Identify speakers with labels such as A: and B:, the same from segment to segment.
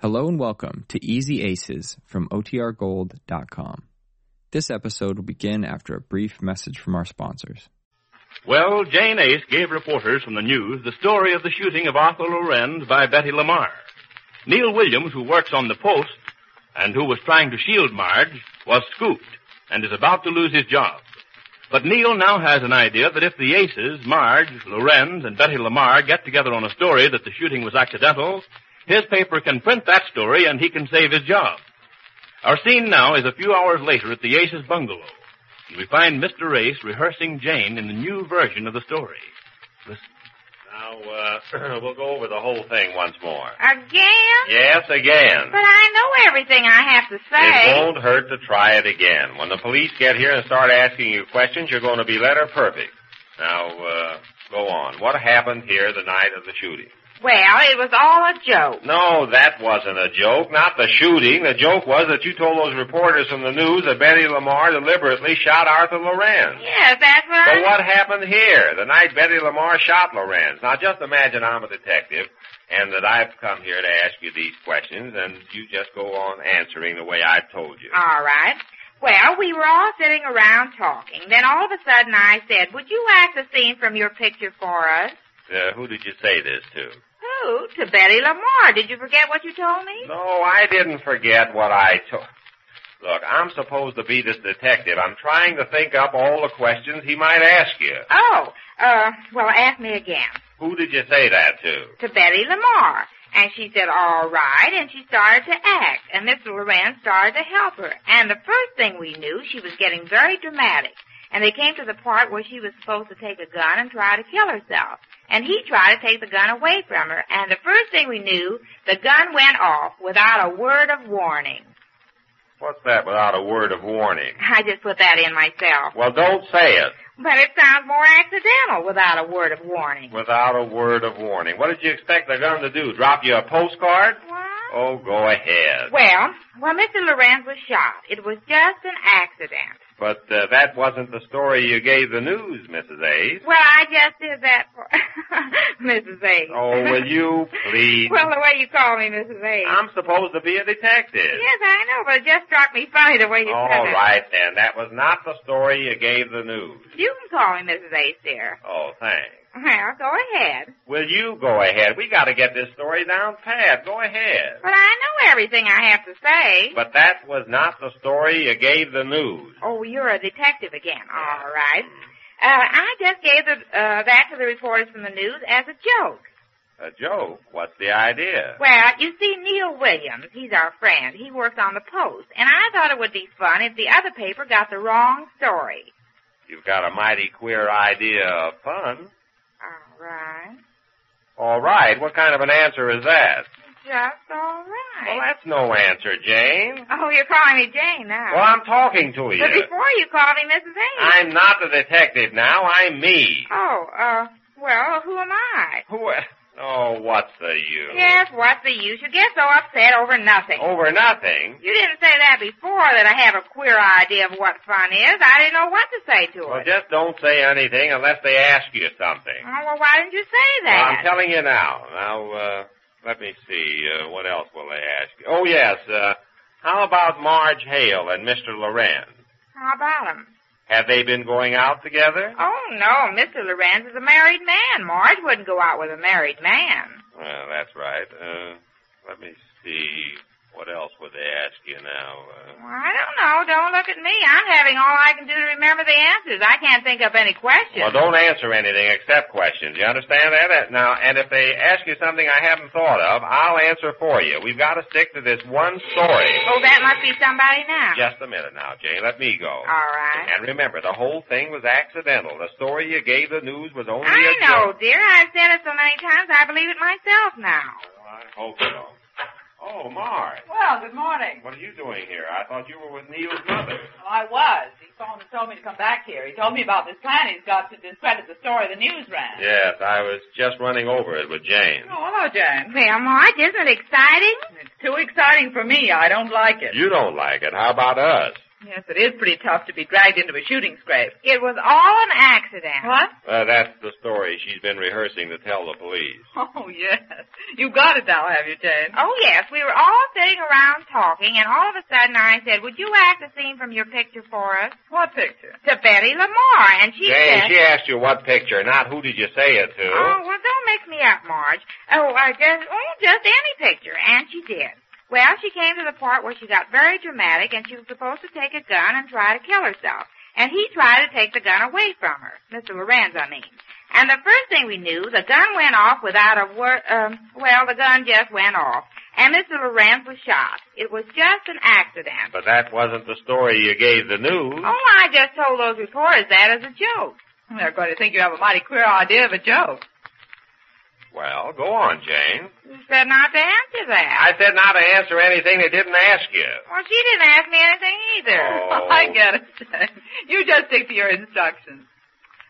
A: Hello and welcome to Easy Aces from OTRGold.com. This episode will begin after a brief message from our sponsors.
B: Well, Jane Ace gave reporters from the news the story of the shooting of Arthur Lorenz by Betty Lamar. Neil Williams, who works on the Post and who was trying to shield Marge, was scooped and is about to lose his job. But Neil now has an idea that if the Aces, Marge, Lorenz, and Betty Lamar get together on a story that the shooting was accidental, his paper can print that story and he can save his job. Our scene now is a few hours later at the Aces bungalow. And we find Mr. Ace rehearsing Jane in the new version of the story. Listen.
C: Now, uh, we'll go over the whole thing once more.
D: Again?
C: Yes, again.
D: But I know everything I have to say.
C: It won't hurt to try it again. When the police get here and start asking you questions, you're going to be letter perfect. Now, uh, go on. What happened here the night of the shooting?
D: Well, it was all a joke.
C: No, that wasn't a joke. Not the shooting. The joke was that you told those reporters from the news that Betty Lamar deliberately shot Arthur Lorenz.
D: Yes, that's what
C: But
D: I...
C: what happened here the night Betty Lamar shot Lorenz? Now, just imagine I'm a detective and that I've come here to ask you these questions and you just go on answering the way I told you.
D: All right. Well, we were all sitting around talking. Then all of a sudden I said, would you act a scene from your picture for us?
C: Uh, who did you say this to?
D: Who? To Betty Lamar. Did you forget what you told me?
C: No, I didn't forget what I told. Look, I'm supposed to be this detective. I'm trying to think up all the questions he might ask you.
D: Oh, uh, well, ask me again.
C: Who did you say that to?
D: To Betty Lamar. And she said, all right, and she started to act, and Mr. Lorenz started to help her. And the first thing we knew, she was getting very dramatic. And they came to the part where she was supposed to take a gun and try to kill herself. And he tried to take the gun away from her, and the first thing we knew, the gun went off without a word of warning.
C: What's that without a word of warning?
D: I just put that in myself.
C: Well, don't say it.
D: But it sounds more accidental without a word of warning.
C: Without a word of warning. What did you expect the gun to do? Drop you a postcard?
D: What?
C: Oh, go ahead.
D: Well, well, Mr. Lorenz was shot. It was just an accident.
C: But uh, that wasn't the story you gave the news, Mrs. Ace.
D: Well, I just did that for Mrs. A.
C: Oh, will you please?
D: well, the way you call me Mrs. A.
C: I'm supposed to be a detective.
D: Yes, I know, but it just struck me funny the way you
C: All
D: said it.
C: right, then. That was not the story you gave the news.
D: You can call me Mrs. A, dear.
C: Oh, thanks.
D: Well, go ahead.
C: Will you go ahead? We got to get this story down pat. Go ahead.
D: But I know everything I have to say.
C: But that was not the story you gave the news.
D: Oh, you're a detective again. All right. Uh, I just gave the, uh, that to the reporters from the news as a joke.
C: A joke? What's the idea?
D: Well, you see, Neil Williams, he's our friend. He works on the Post, and I thought it would be fun if the other paper got the wrong story.
C: You've got a mighty queer idea of fun.
D: All right.
C: All right. What kind of an answer is that?
D: Just all
C: Well,
D: right.
C: that's no answer, Jane.
D: oh, you're calling me Jane now.
C: Well, I'm talking to
D: But
C: you.
D: before you called me Mrs. A.
C: I'm not the detective now. I'm me.
D: Oh, uh, well, who am I?
C: Who? Oh, what's the use?
D: Yes, what's the use? You get so upset over nothing.
C: Over nothing.
D: You didn't say that before, that I have a queer idea of what fun is. I didn't know what to say to
C: Well,
D: it.
C: just don't say anything unless they ask you something.
D: Oh, well, why didn't you say
C: Well, I'm
D: that?
C: telling you now. Now, uh, let me see. Uh, what else will they ask you? Oh, yes. Uh, how about Marge Hale and Mr. Lorenz?
D: How about him?
C: Have they been going out together?
D: Oh, no. Mr. Lorenz is a married man. Marge wouldn't go out with a married man.
C: Well, that's right. Uh, let me see. What else would they ask you now? Uh,
D: Well, I don't know. Don't look at me. I'm having all I can do to remember the answers. I can't think up any questions.
C: well, don't answer anything except questions. You understand that? Uh, Now, and if they ask you something I haven't thought of, I'll answer for you. We've got to stick to this one story.
D: Oh, that must be somebody now.
C: Just a minute now, Jane. Let me go.
D: All right.
C: And remember, the whole thing was accidental. The story you gave the news was only
D: I
C: a
D: know,
C: joke.
D: dear. I've said it so many times, I believe it myself now.
C: Well, I hope so. Oh, Marge.
E: Well, good morning.
C: What are you doing here? I thought you were with Neil's mother.
E: Well, Oh, I was. He phoned and told me to come back here. He told me about this plan he's got to discredit the story the news ran.
C: Yes, I was just running over it with Jane.
E: Oh, hello, Jan.
D: Well, Marge, isn't it exciting?
E: It's too exciting for me. I don't like it.
C: You don't like it. How about us?
E: Yes, it is pretty tough to be dragged into a shooting scrape.
D: It was all an accident.
E: What?
C: Uh, that's the story she's been rehearsing to tell the police.
E: Oh, yes. You got it now, have you, Jane?
D: Oh, yes. We were all sitting around talking, and all of a sudden I said, Would you act a scene from your picture for us?
E: What picture?
D: To Betty Lamar. And she
C: Jane,
D: said,
C: she asked you what picture, not who did you say it to.
D: Oh, well, don't make me up, Marge. Oh, uh, just, oh, just any picture. And she did. Well, she came to the part where she got very dramatic, and she was supposed to take a gun and try to kill herself. And he tried to take the gun away from her. Mr. Lorenz, I mean. And the first thing we knew, the gun went off without a word, um, well, the gun just went off. And Mr. Lorenz was shot. It was just an accident.
C: But that wasn't the story you gave the news.
D: Oh, I just told those reporters that as a joke.
E: They're going to think you have a mighty queer idea of a joke.
C: Well, go on, Jane.
D: You said not to answer that.
C: I said not to answer anything they didn't ask you.
D: Well, she didn't ask me anything either.
C: Oh.
E: I get it, Jane. You just stick to your instructions.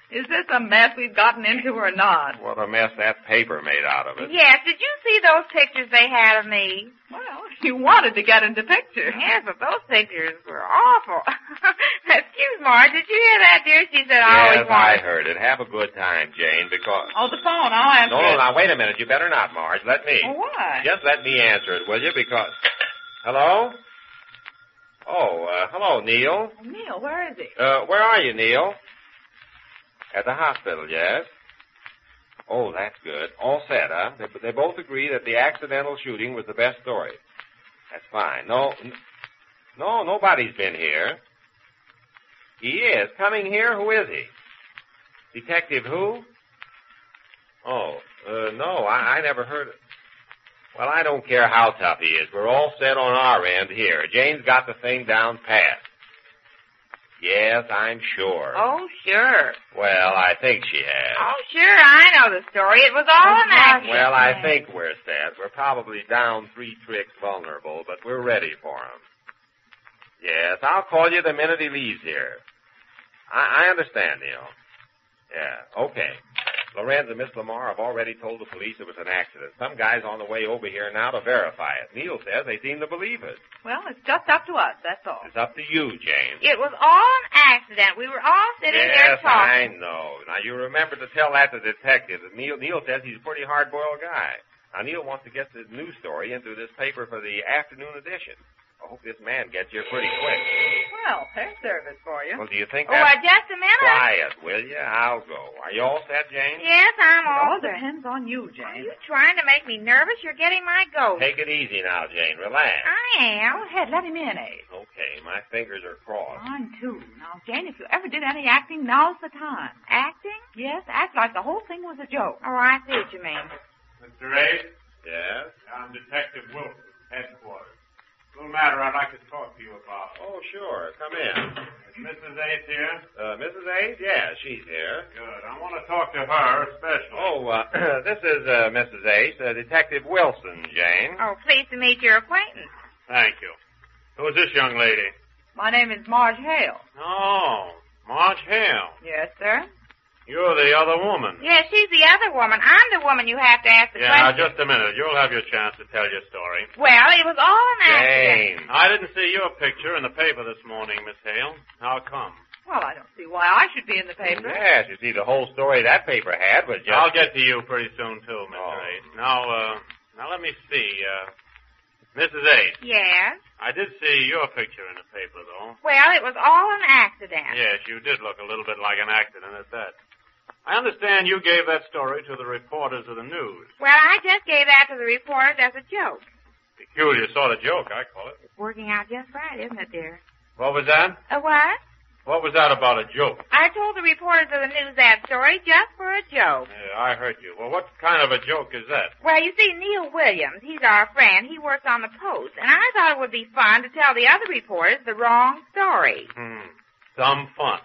E: Is this a mess we've gotten into or not?
C: What a mess that paper made out of it.
D: Yes, did you see those pictures they had of me?
E: Well, you wanted to get into pictures.
D: Yes, but those pictures were awful. Excuse Marge, did you hear that, dear? She said I
C: Yes,
D: always
C: I
D: wanted.
C: heard it. Have a good time, Jane, because...
E: Oh, the phone. I'll answer
C: No, no,
E: it.
C: now, wait a minute. You better not, Marge. Let me.
E: Oh, why?
C: Just let me answer it, will you? Because... Hello? Oh, uh, hello, Neil.
E: Neil, where is he?
C: Uh, where are you, Neil? At the hospital, yes. Oh, that's good. All set, huh? They, they both agree that the accidental shooting was the best story. That's fine. No, n- no, nobody's been here. He is coming here. Who is he? Detective who? Oh, uh, no, I, I never heard. Of... Well, I don't care how tough he is. We're all set on our end here. Jane's got the thing down pat. Yes, I'm sure.
D: Oh, sure.
C: Well, I think she has.
D: Oh, sure, I know the story. It was all an accident.
C: Well, I think we're set. We're probably down three tricks vulnerable, but we're ready for him. Yes, I'll call you the minute he leaves here. I, I understand, Neil. Yeah, okay. Lorenz and Miss Lamar have already told the police it was an accident. Some guy's on the way over here now to verify it. Neil says they seem to believe it.
E: Well, it's just up to us, that's all.
C: It's up to you, James.
D: It was all an accident. We were all sitting there
C: Yes, I
D: talking.
C: know. Now you remember to tell that to the detective. That Neil Neil says he's a pretty hard-boiled guy. Now Neil wants to get this news story into this paper for the afternoon edition. I hope this man gets here pretty quick.
E: Well, fair service for you.
C: Well, do you think
D: Oh, uh,
C: that's
D: just a minute.
C: quiet? Will you? I'll go. Are you all set, Jane?
D: Yes, I'm
E: it all
D: all set.
E: depends on you,
D: Are
E: Jane.
D: you trying to make me nervous? You're getting my goat.
C: Take it easy now, Jane. Relax.
D: I am.
E: Go ahead, let him in, Abe.
C: Okay, my fingers are crossed.
E: Mine too. Now, Jane, if you ever did any acting, now's the time.
D: Acting?
E: Yes, act like the whole thing was a joke.
D: Oh, I see what you mean.
F: Mr. Ace,
C: Yes.
F: I'm Detective Wilson, headquarters. Little matter I'd like to talk to you about.
C: Oh, sure. Come in.
F: Is Mrs. Ace here?
C: Uh, Mrs. Ace? Yeah, she's here.
F: Good. I want to talk to her especially.
C: Oh, uh, this is uh, Mrs. Ace, uh, Detective Wilson, Jane.
D: Oh, pleased to meet your acquaintance.
F: thank you. Who's this young lady?
E: My name is Marge Hale.
F: Oh, Marge Hale.
E: Yes, sir.
F: You're the other woman.
D: Yeah, she's the other woman. I'm the woman you have to ask the
F: Yeah, now
D: question.
F: just a minute. You'll have your chance to tell your story.
D: Well, it was all an
C: Jane.
D: accident.
F: I didn't see your picture in the paper this morning, Miss Hale. How come?
E: Well, I don't see why I should be in the paper.
C: Yes, you see, the whole story that paper had was just.
F: I'll get to you pretty soon too, Mr.
C: Oh.
F: Ace. Now, uh, now let me see. Uh, Mrs. Ace.
D: Yes.
F: I did see your picture in the paper, though.
D: Well, it was all an accident.
F: Yes, you did look a little bit like an accident at that. I understand you gave that story to the reporters of the news.
D: Well, I just gave that to the reporters as a joke.
F: Peculiar sort of joke, I call it.
D: It's working out just right, isn't it, dear?
F: What was that?
D: A what?
F: What was that about a joke?
D: I told the reporters of the news that story just for a joke.
F: Yeah, I heard you. Well, what kind of a joke is that?
D: Well, you see, Neil Williams, he's our friend. He works on the Post, and I thought it would be fun to tell the other reporters the wrong story.
F: Hmm. Some fun.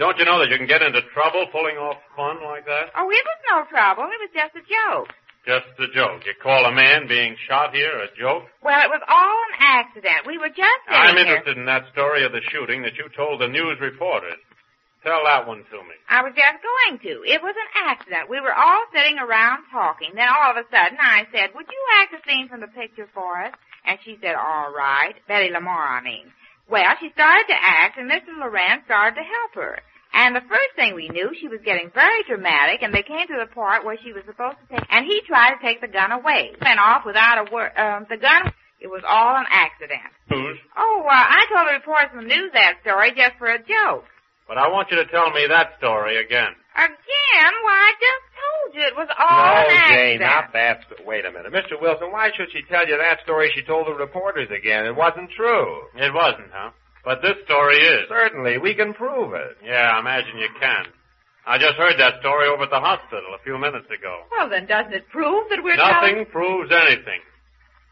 F: Don't you know that you can get into trouble pulling off fun like that?
D: Oh, it was no trouble. It was just a joke.
F: Just a joke. You call a man being shot here a joke?
D: Well, it was all an accident. We were just sitting
F: I'm
D: here.
F: interested in that story of the shooting that you told the news reporters. Tell that one to me.
D: I was just going to. It was an accident. We were all sitting around talking. Then all of a sudden I said, would you act a scene from the picture for us? And she said, all right. Betty Lamar, I mean. Well, she started to act, and Mrs. Lorenz started to help her. And the first thing we knew, she was getting very dramatic, and they came to the part where she was supposed to take, and he tried to take the gun away. Went off without a word, um, the gun, it was all an accident.
F: News?
D: Oh, well, I told the reporters from the news that story just for a joke.
F: But I want you to tell me that story again.
D: Again? Why, I just told you it was all
C: No, Oh,
D: an
C: Jane,
D: accident.
C: not that. st- Wait a minute. Mr. Wilson, why should she tell you that story she told the reporters again? It wasn't true.
F: It wasn't, huh? But this story is.
C: Certainly, we can prove it.
F: Yeah, I imagine you can. I just heard that story over at the hospital a few minutes ago.
E: Well, then, doesn't it prove that we're
F: Nothing proves anything.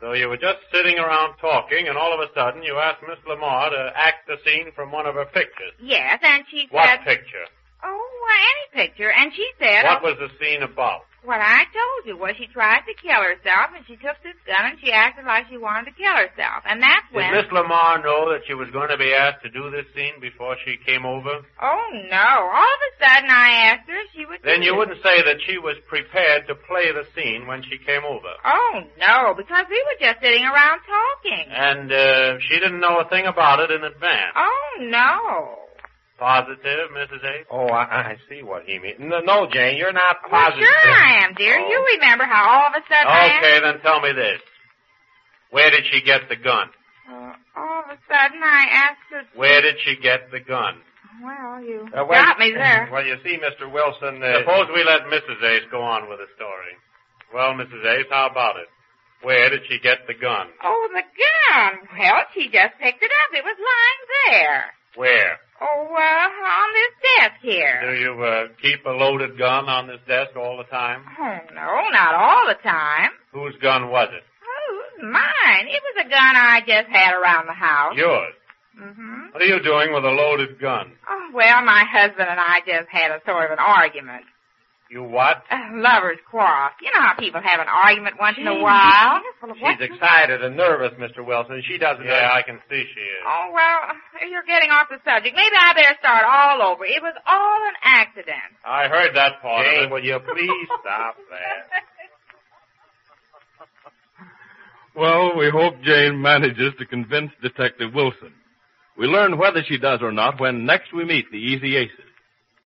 F: So you were just sitting around talking, and all of a sudden you asked Miss Lamar to act the scene from one of her pictures.
D: Yes, and she
F: What
D: said,
F: picture?
D: oh, well, any picture, and she said,
F: What was the scene about?
D: What I told you was she tried to kill herself, and she took this gun and she acted like she wanted to kill herself, and that's
F: Did
D: when.
F: Miss Lamar know that she was going to be asked to do this scene before she came over?
D: Oh no! All of a sudden, I asked her if she would.
F: Then
D: do
F: you
D: it.
F: wouldn't say that she was prepared to play the scene when she came over.
D: Oh no! Because we were just sitting around talking.
F: And uh, she didn't know a thing about it in advance.
D: oh no!
F: Positive, Mrs. H.
C: Oh, I, I see what he means. No, no, Jane, you're not
D: Well,
C: positive.
D: sure I am, dear.
C: Oh.
D: You remember how all of a sudden I asked,
F: Okay, then tell me this. Where did she get the gun?
D: uh, all of a sudden I asked her.
F: Where did she get the gun?
D: Well, you
C: Uh, wait-
D: got me there.
C: Well, you see, Mr. Wilson. Uh,
F: Suppose we let Mrs. Ace go on with the story. Well, Mrs. Ace, how about it? Where did she get the gun?
D: Oh, the gun. Well, she just picked it up. It was lying there.
F: Where?
D: Oh, uh, on this desk here.
F: Do you uh, keep a loaded gun on this desk all the time?
D: Oh, no, not all the time.
F: Whose gun was it?
D: Oh, it was mine. It was a gun I just had around the house.
F: Yours.
D: hmm
F: What are you doing with a loaded gun?
D: Oh, well, my husband and I just had a sort of an argument.
F: You what?
D: A lover's quarrel. You know how people have an argument once in a while.
C: She's excited and nervous, Mr. Wilson. She doesn't.
F: Yeah, I can see she is.
D: Oh, well, you're getting off the subject. Maybe I better start all over. It was all an accident.
F: I heard that part of
C: Jane,
F: it.
C: will you please stop that?
B: Well, we hope Jane manages to convince Detective Wilson. We learn whether she does or not when next we meet the Easy Aces.